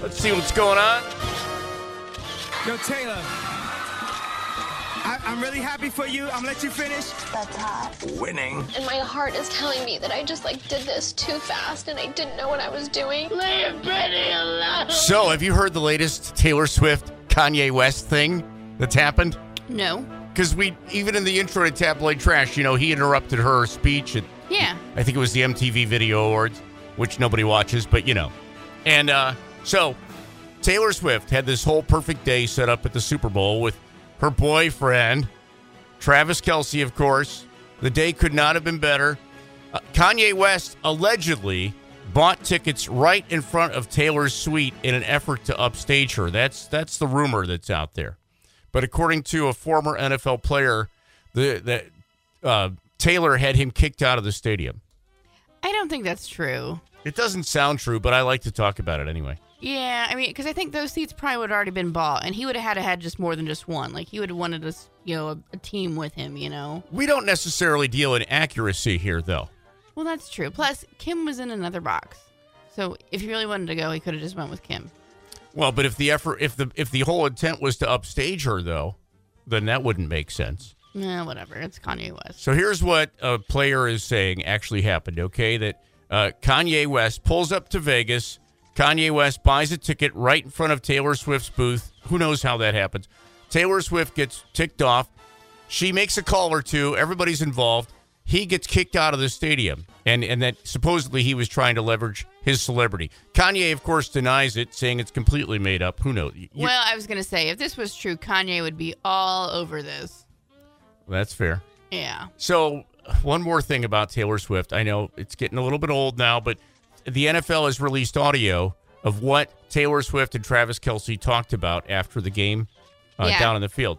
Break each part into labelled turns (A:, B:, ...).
A: Let's see what's going on.
B: Yo, Taylor. I, I'm really happy for you. I'm gonna let you finish.
C: That's hot.
A: Winning.
D: And my heart is telling me that I just like did this too fast and I didn't know what I was doing. Leave Britney alone.
A: So, have you heard the latest Taylor Swift Kanye West thing that's happened?
E: No.
A: Because we, even in the intro to Tabloid Trash, you know, he interrupted her speech at
E: Yeah.
A: I think it was the MTV Video Awards, which nobody watches, but you know. And uh, so Taylor Swift had this whole perfect day set up at the Super Bowl with her boyfriend, Travis Kelsey, of course. The day could not have been better. Uh, Kanye West allegedly bought tickets right in front of Taylor's suite in an effort to upstage her. That's that's the rumor that's out there. But according to a former NFL player, the that uh, Taylor had him kicked out of the stadium.
E: I don't think that's true.
A: It doesn't sound true, but I like to talk about it anyway.
E: Yeah, I mean, because I think those seats probably would have already been bought, and he would have had to had just more than just one. Like he would have wanted us, you know, a, a team with him. You know.
A: We don't necessarily deal in accuracy here, though.
E: Well, that's true. Plus, Kim was in another box, so if he really wanted to go, he could have just went with Kim.
A: Well, but if the effort, if the if the whole intent was to upstage her, though, then that wouldn't make sense.
E: Nah, Eh, whatever. It's Kanye West.
A: So here's what a player is saying actually happened. Okay, that uh, Kanye West pulls up to Vegas. Kanye West buys a ticket right in front of Taylor Swift's booth. Who knows how that happens? Taylor Swift gets ticked off. She makes a call or two. Everybody's involved. He gets kicked out of the stadium, and and that supposedly he was trying to leverage his celebrity. Kanye, of course, denies it, saying it's completely made up. Who knows? You-
E: well, I was gonna say if this was true, Kanye would be all over this.
A: that's fair.
E: Yeah.
A: So, one more thing about Taylor Swift. I know it's getting a little bit old now, but the NFL has released audio of what Taylor Swift and Travis Kelsey talked about after the game uh,
E: Yeah.
A: down in the field.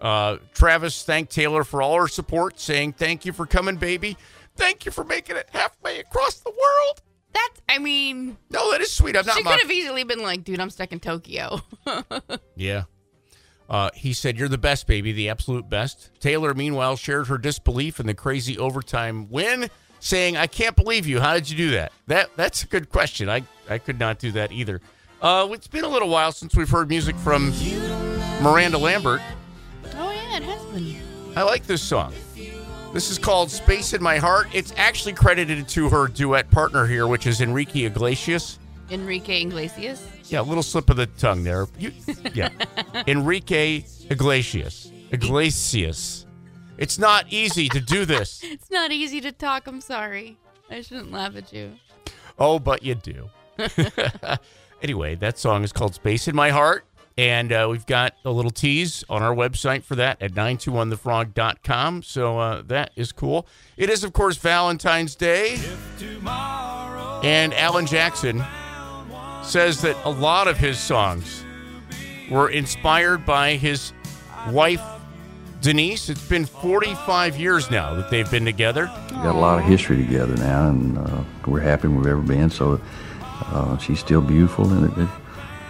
A: Uh, Travis thanked Taylor for all her support, saying, Thank you for coming, baby. Thank you for making it halfway across the world.
E: That's. I mean,
A: No, that is sweet. I'm not
E: she
A: mocking-
E: could have easily been like, "Dude, I'm stuck in Tokyo."
A: Yeah. Uh, he said, You're the best, baby, the absolute best. Taylor, meanwhile, shared her disbelief in the crazy overtime win, saying, I can't believe you. How did you do that? That That's a good question. I, I could not do that either. Uh, it's been a little while since we've heard music from Miranda Lambert.
E: oh yeah, it has been.
A: I like this song. This is called Space in My Heart. It's actually credited to her duet partner here, which is Enrique Iglesias.
E: Enrique Iglesias.
A: Yeah, a little slip of the tongue there. You, yeah. Enrique Iglesias. Iglesias. It's not easy to do this.
E: It's not easy to talk. I'm sorry. I shouldn't laugh at you.
A: Oh, but you do. anyway, that song is called Space in My Heart. And uh, we've got a little tease on our website for that at 921thefrog.com. So uh, that is cool. It is, of course, Valentine's Day. And Alan Jackson says that a lot of his songs were inspired by his wife, Denise. It's been 45 years now that they've been together.
F: We got a lot of history together now, and uh, we're happy we've ever been. So uh, she's still beautiful, and it, it,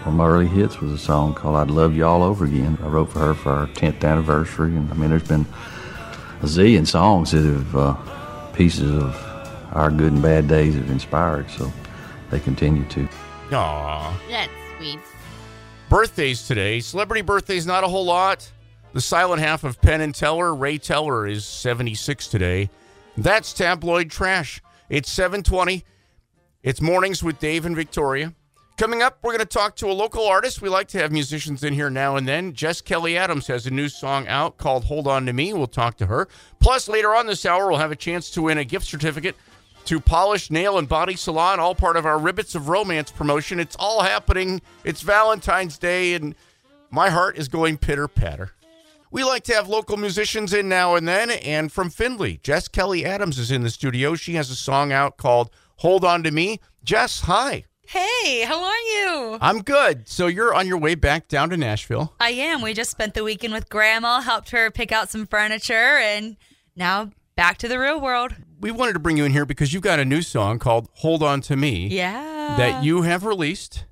F: one of my early hits was a song called "I'd Love You All Over Again." I wrote for her for our 10th anniversary, and I mean, there's been a zillion songs that have uh, pieces of our good and bad days have inspired. So they continue to.
A: Aww.
E: That's sweet.
A: birthdays today. Celebrity birthdays, not a whole lot. The silent half of Penn and Teller, Ray Teller, is 76 today. That's tabloid trash. It's 720. It's mornings with Dave and Victoria. Coming up, we're going to talk to a local artist. We like to have musicians in here now and then. Jess Kelly Adams has a new song out called Hold On to Me. We'll talk to her. Plus, later on this hour, we'll have a chance to win a gift certificate to Polish Nail and Body Salon, all part of our Ribbits of Romance promotion. It's all happening. It's Valentine's Day, and my heart is going pitter patter. We like to have local musicians in now and then, and from Findlay, Jess Kelly Adams is in the studio. She has a song out called Hold On to Me. Jess, hi.
G: Hey, how are you?
A: I'm good. So you're on your way back down to Nashville.
G: I am. We just spent the weekend with grandma, helped her pick out some furniture, and now back to the real world.
A: We wanted to bring you in here because you've got a new song called Hold On to Me
G: Yeah.
A: that you have released.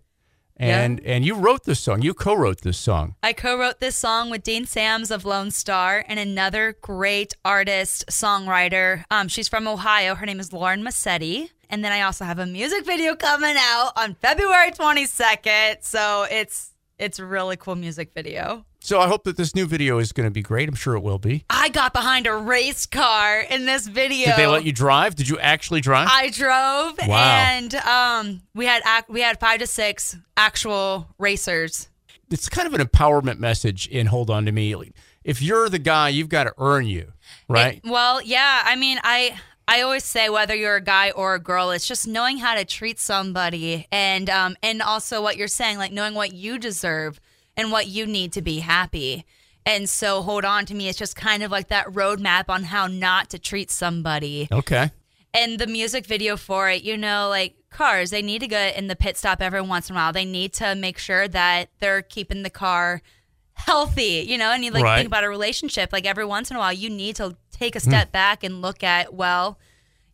G: Yeah.
A: And and you wrote this song. You co-wrote this song.
G: I co wrote this song with Dean Sams of Lone Star and another great artist, songwriter. Um, she's from Ohio. Her name is Lauren Massetti. And then I also have a music video coming out on February 22nd. So it's it's a really cool music video.
A: So I hope that this new video is going to be great. I'm sure it will be.
G: I got behind a race car in this video.
A: Did they let you drive? Did you actually drive?
G: I drove,
A: Wow.
G: and um, we had ac- we had five to six actual racers.
A: it's kind of an empowerment message in Hold On to Me. Like, If you're the guy, you've got to earn you, right?
G: It- well, yeah. I mean, I I always say whether you're a guy or a girl, it's just knowing how to treat somebody, and um, and also what you're saying, like knowing what you deserve and what you need to be happy. And so, hold on to me. It's just kind of like that roadmap on how not to treat somebody.
A: okay.
G: and the music video for it, you know, like cars, they need to go in the pit stop every once in a while. They need to make sure that they're keeping the car healthy, you know, and you like
A: Right. Hmm.
G: think about a relationship. Like every once in a while, you need to take a step back and look at, well,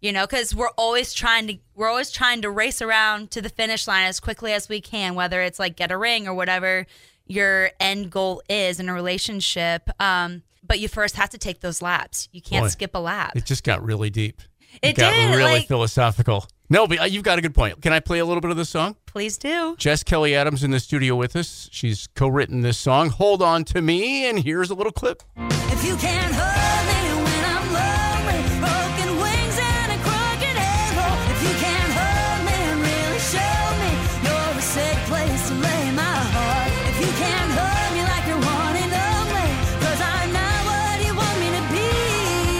G: you know, because we're always trying to we're always trying to race around to the finish line as quickly as we can, whether it's like get a ring or whatever your end goal is in a relationship. Um, but you first have to take those laps. You can't
A: Boy.
G: skip a lap.
A: It just got really deep.
G: It
A: got
G: did,
A: really
G: like-
A: philosophical. No, but uh, you've got a good point. Can I play a little bit of this song?
G: Please do.
A: Jess Kelly Adams in the studio with us. She's co-written this song, "Hold On to Me," and here's a little clip.
C: If you can't hold me when I'm lonely, broken wings and a crooked arrow. If you can't hold me and really show me you're a safe place to lay my heart. If you can't hold me like you're one and only, cause I'm not what you want me to be.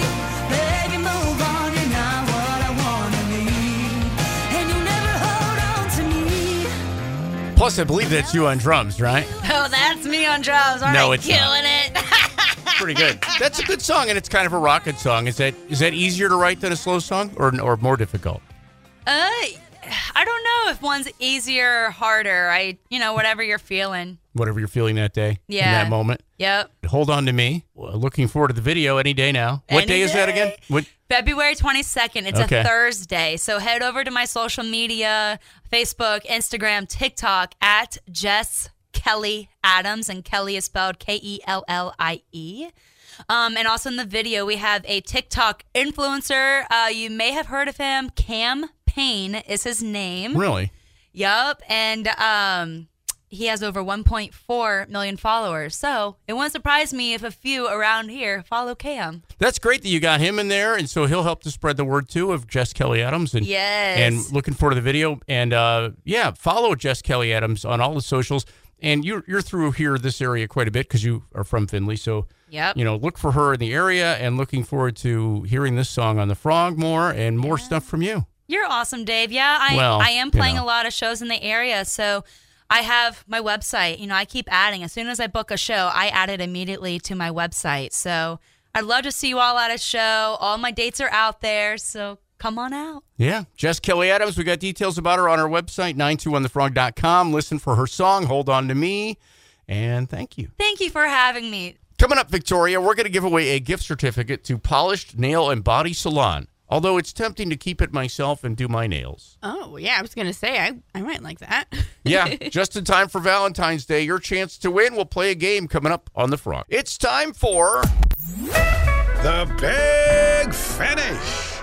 C: Baby, move on, you're not what I wanna be. And you never hold on to me.
A: Plus, I believe that's you on drums, right?
G: Oh, that's me on drums. All right,
A: No, it's
G: killing
A: not.
G: it.
A: Pretty good. That's a good song, and it's kind of a rocket song. Is that is that easier to write than a slow song, or or more difficult?
G: uh, I don't know if one's easier or harder. I, you know, whatever you're feeling.
A: Whatever you're feeling that day, in
G: Yeah.
A: that moment.
G: Yep.
A: Hold on to me. Well, Looking forward to the video any day now. What
G: Any
A: day is that again?
G: day.
A: What?
G: February 22nd. It's
A: Okay.
G: a Thursday. So head over to my social media Facebook, Instagram, TikTok at Jess Kelly Adams. And Kelly is spelled K E L L I E. Um, and also in the video, we have a TikTok influencer. Uh, you may have heard of him. Cam Payne is his name.
A: Really?
G: Yup. And um, he has over 1.4 million followers. So it wouldn't surprise me if a few around here follow Cam.
A: That's great that you got him in there, and so he'll help to spread the word too of Jess Kelly Adams. And
G: Yes.
A: and looking forward to the video. And uh, yeah, follow Jess Kelly Adams on all the socials. And you're you're through here this area quite a bit because you are from Findlay, so
G: Yep.
A: you know look for her in the area. And looking forward to hearing this song on the Frog more and more stuff from you.
G: You're awesome, Dave. Yeah, I,
A: Well,
G: I am
A: you
G: playing
A: know.
G: a lot of shows in the area. So I have my website. You know, I keep adding. As soon as I book a show, I add it immediately to my website. So I'd love to see you all at a show. All my dates are out there. So come on out.
A: Yeah, Jess Kelly Adams. We got details about her on our website 921thefrog.com. Listen for her song "Hold On to Me," and thank you.
G: Thank you for having me.
A: Coming up, Victoria, we're going to give away a gift certificate to Polished Nail and Body Salon. Although it's tempting to keep it myself and do my nails.
E: Oh, yeah. I was going to say, I, I might like that.
A: Yeah, just in time for Valentine's Day. Your chance to win. We'll play a game coming up on the frog. It's time for.
H: The big finish.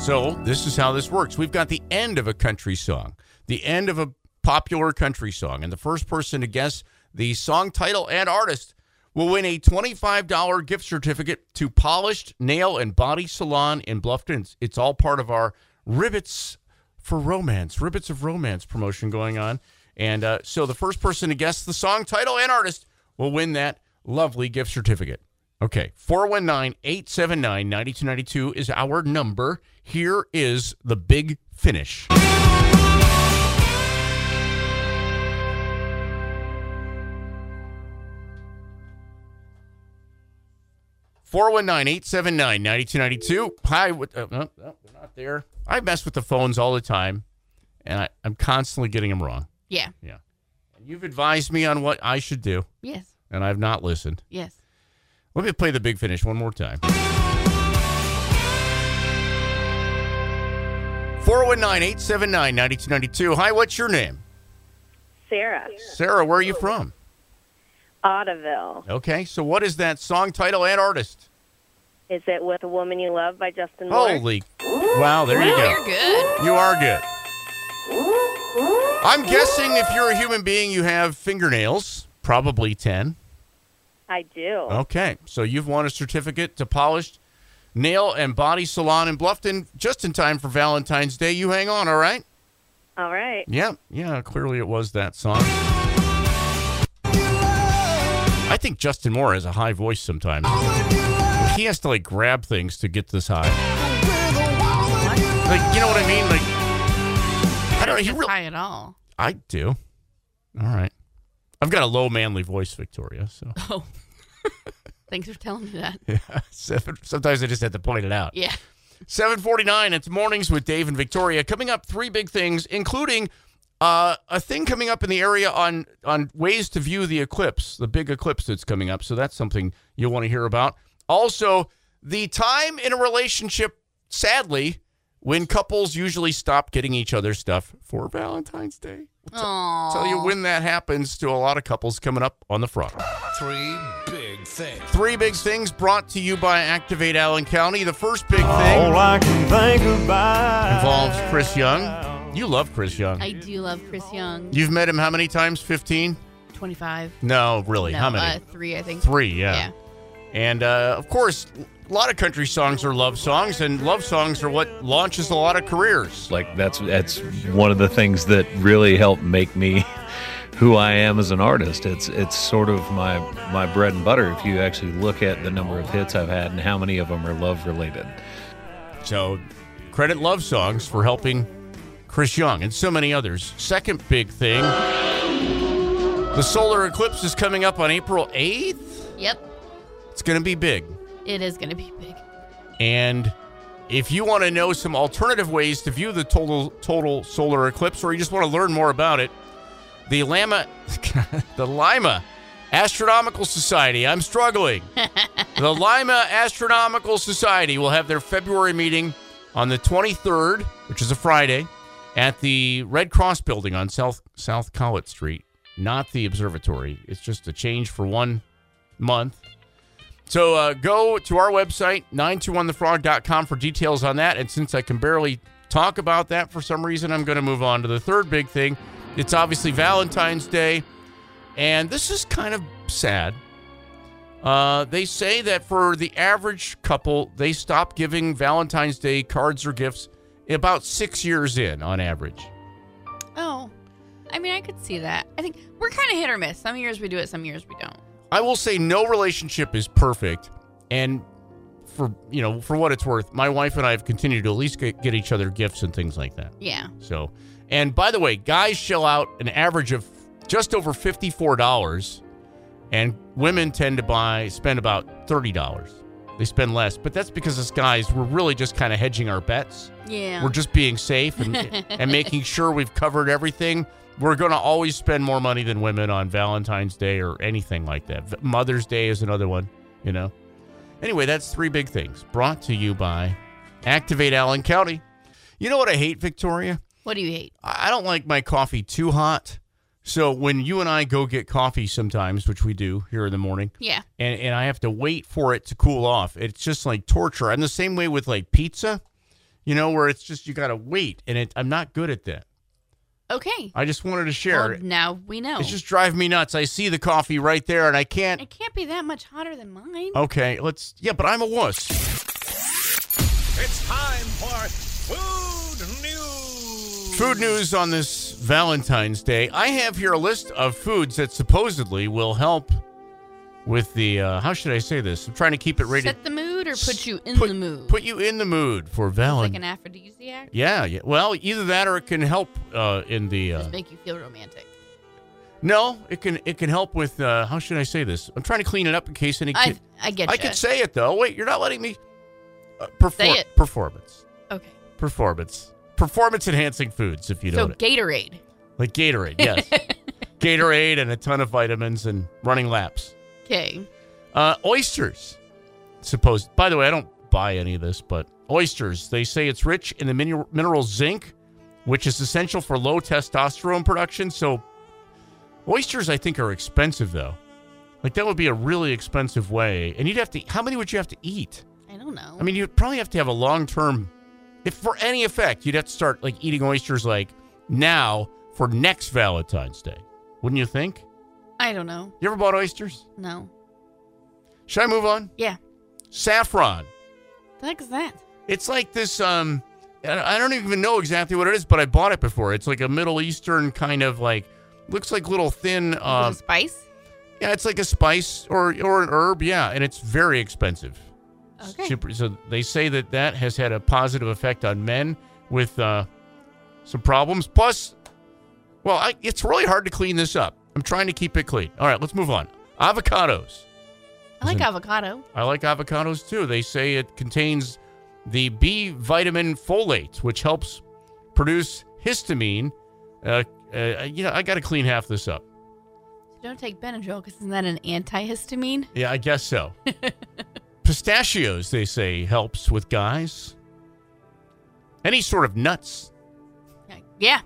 A: So, this is how this works. We've got the end of a country song, the end of a popular country song, and the first person to guess the song title and artist will win a $25 gift certificate to Polished Nail and Body Salon in Bluffton. It's- It's all part of our Ribbits for Romance, Ribbits of Romance promotion going on. And uh, so, the first person to guess the song title and artist will win that lovely gift certificate. Okay, 419 879 9292 is our number. Here is the big finish. Four one nine eight seven nine ninety two ninety two. Hi, what, uh, no, no, they're not there. I mess with the phones all the time, and I, I'm constantly getting them wrong.
E: yeah.
A: Yeah, and you've advised me on what I should do,
E: Yes.
A: and I've not listened.
E: Yes.
A: Let me play the big finish one more time. 419-879-9292. Hi, what's your name?
I: Sarah,
A: Sarah, where are you from?
I: Audeville.
A: Okay, so what is that song title and artist?
I: Is it With a Woman You Love by Justin Moore?
A: Holy Wow, there you go.
E: Oh, You're good.
A: You are good. I'm guessing if you're a human being, you have fingernails, probably 10.
I: I do.
A: Okay, so you've won a certificate to Polished Nail and Body Salon in Bluffton just in time for Valentine's Day. You hang on, all right?
I: All right.
A: Yeah, yeah, clearly it was that song. I think Justin Moore has a high voice sometimes. He has to like grab things to get this high. Like, you know what I mean? Like, I don't know. He really,
E: High at all.
A: I do. All right. I've got a low manly voice, Victoria. So
E: Oh. Thanks for telling me that.
A: Seven, sometimes I just have to point it out.
E: Yeah.
A: 749, it's Mornings with Dave and Victoria. Coming up, three big things, including uh, a thing coming up in the area on, on ways to view the eclipse, the big eclipse that's coming up. So that's something you'll want to hear about. Also, the time in a relationship, sadly, when couples usually stop getting each other stuff for Valentine's Day. We'll t-
E: Aw.
A: tell you when that happens to a lot of couples coming up on the front.
H: Three big things.
A: Three big things brought to you by Activate Allen County. The first big thing
J: I can think about
A: involves Chris Young. You love Chris Young.
E: I do love Chris Young.
A: You've met him how many times? 15?
E: 25.
A: No, really.
E: No,
A: how many?
E: Uh, three, I think.
A: Three, yeah. And uh, of course, a lot of country songs are love songs, and love songs are what launches a lot of careers.
J: like that's that's one of the things that really helped make me who I am as an artist. It's it's sort of my my bread and butter. If you actually look at the number of hits I've had and how many of them are love related.
A: So, credit love songs for helping Chris Young and so many others. Second big thing the solar eclipse is coming up on April 8th.
E: Yep.
A: It's going to be big.
E: It is going to be big.
A: And if you want to know some alternative ways to view the total total solar eclipse, or you just want to learn more about it, the Lama, the Lima Astronomical Society. I'm struggling. the Lima Astronomical Society will have their February meeting on the 23rd, which is a Friday, at the Red Cross Building on South South Collett Street. Not the observatory. It's just a change for one month. So uh, go to our website, 921thefrog.com, for details on that. And since I can barely talk about that for some reason, I'm going to move on to the third big thing. It's obviously Valentine's Day. And this is kind of sad. Uh, they say that for the average couple, they stop giving Valentine's Day cards or gifts about six years in on average.
E: Oh. I mean, I could see that. I think we're kind of hit or miss. Some years we do it, some years we don't.
A: I will say no relationship is perfect, and for you know for what it's worth, my wife and I have continued to at least get, get each other gifts and things like that.
E: Yeah.
A: So, and by the way, guys shell out an average of just over fifty four dollars, and women tend to buy spend about thirty dollars. They spend less, but that's because as guys, we're really just kind of hedging our bets.
E: Yeah.
A: We're just being safe and, and making sure we've covered everything. We're going to always spend more money than women on Valentine's Day or anything like that. V- Mother's Day is another one, you know? Anyway, that's three big things brought to you by Activate Allen County. You know what I hate, Victoria?
E: what do you hate?
A: I I don't like my coffee too hot. So when you and I go get coffee sometimes, which we do here in the morning,
E: Yeah.
A: and, and I have to wait for it to cool off. It's just like torture. I'm the same way with like pizza, you know, where it's just you got to wait, and it, I'm not good at that.
E: Okay.
A: I just wanted to share.
E: Well, now we know.
A: It's just driving me nuts. I see the coffee right there, and I can't.
E: it can't be that much hotter than mine.
A: Okay, let's. Yeah, but I'm a wuss.
H: It's time for food news.
A: Food news on this Valentine's Day. I have here a list of foods that supposedly will help with the. Uh, how should I say this? I'm trying to keep it rated.
E: Set the mood or put you in
A: put,
E: the mood?
A: Put you in the mood for Valentine's.
E: like an aphrodisiac?
A: Yeah, yeah. Well, either that or it can help uh, in the. Uh,
E: Just make you feel romantic.
A: no, it can it can help with. Uh, how should I say this? I'm trying to clean it up in case any.
E: I
A: kid-
E: I get
A: I
E: you.
A: can say it though. Wait, you're not letting me. Uh, perfor-
E: Say it.
A: Performance,
E: okay.
A: performance, performance enhancing foods. If you
E: So
A: know, it.
E: Gatorade.
A: like Gatorade, yes, Gatorade and a ton of vitamins and running laps.
E: Okay.
A: Uh, oysters, supposed. By the way, I don't buy any of this, but oysters. They say it's rich in the mineral, mineral zinc, which is essential for low testosterone production. So, oysters, I think, are expensive though. Like that would be a really expensive way, and you'd have to. How many would you have to eat?
E: I don't know.
A: I mean, you'd probably have to have a long-term If for any effect, you'd have to start like eating oysters like now for next Valentine's Day, wouldn't you think?
E: I don't know.
A: You ever bought oysters?
E: No.
A: Should I move on?
E: Yeah.
A: Saffron.
E: The heck is that?
A: It's like this. Um, I I don't even know exactly what it is, but I bought it before. It's like a Middle Eastern kind of like looks like little thin.
E: Is it
A: Um,
E: a spice?
A: yeah, it's like a spice or or an herb. Yeah, and it's very expensive.
E: Okay.
A: Super. So they say that that has had a positive effect on men with uh, some problems. Plus, well, I, it's really hard to clean this up. I'm trying to keep it clean. All right, let's move on. Avocados.
E: I like avocado.
A: I like avocados too. They say it contains the B vitamin folate, which helps produce histamine. Uh, uh, you know, I got to clean half this up.
E: Don't take Benadryl because isn't that an antihistamine?
A: Yeah, I guess so. Pistachios, they say, helps with guys. Any sort of nuts.
E: Yeah.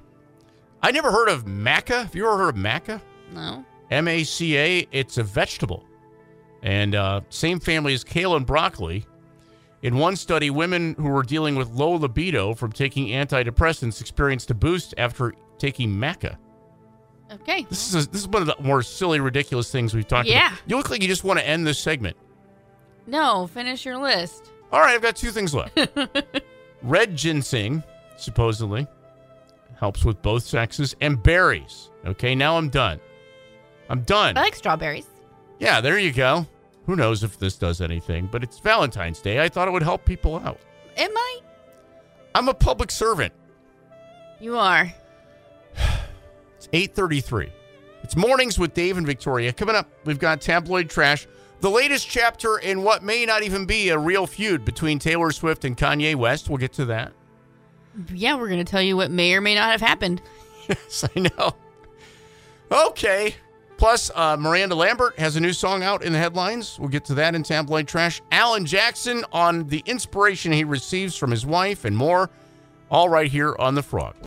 A: I never heard of maca. Have you ever heard of maca?
E: No.
A: M A C A. It's a vegetable, and uh, same family as kale and broccoli. In one study, women who were dealing with low libido from taking antidepressants experienced a boost after taking maca.
E: Okay.
A: This is this is one of the more silly, ridiculous things we've talked
E: Yeah.
A: about. You look like you just want to end this segment.
E: No, finish your list.
A: All right, I've got two things left. Red ginseng supposedly helps with both sexes, and berries. Okay, now I'm done. I'm done.
E: I like strawberries.
A: Yeah, there you go. Who knows if this does anything, but it's Valentine's Day. I thought it would help people out.
E: It might.
A: I'm a public servant.
E: You are.
A: It's 8:33. It's mornings with Dave and Victoria. Coming up, we've got tabloid trash, the latest chapter in what may not even be a real feud between Taylor Swift and Kanye West. We'll get to that.
E: Yeah, we're going to tell you what may or may not have happened.
A: Yes, I know. Okay. Plus, uh, Miranda Lambert has a new song out in the headlines. We'll get to that in tabloid trash. Alan Jackson on the inspiration he receives from his wife and more. All right here on The Frog.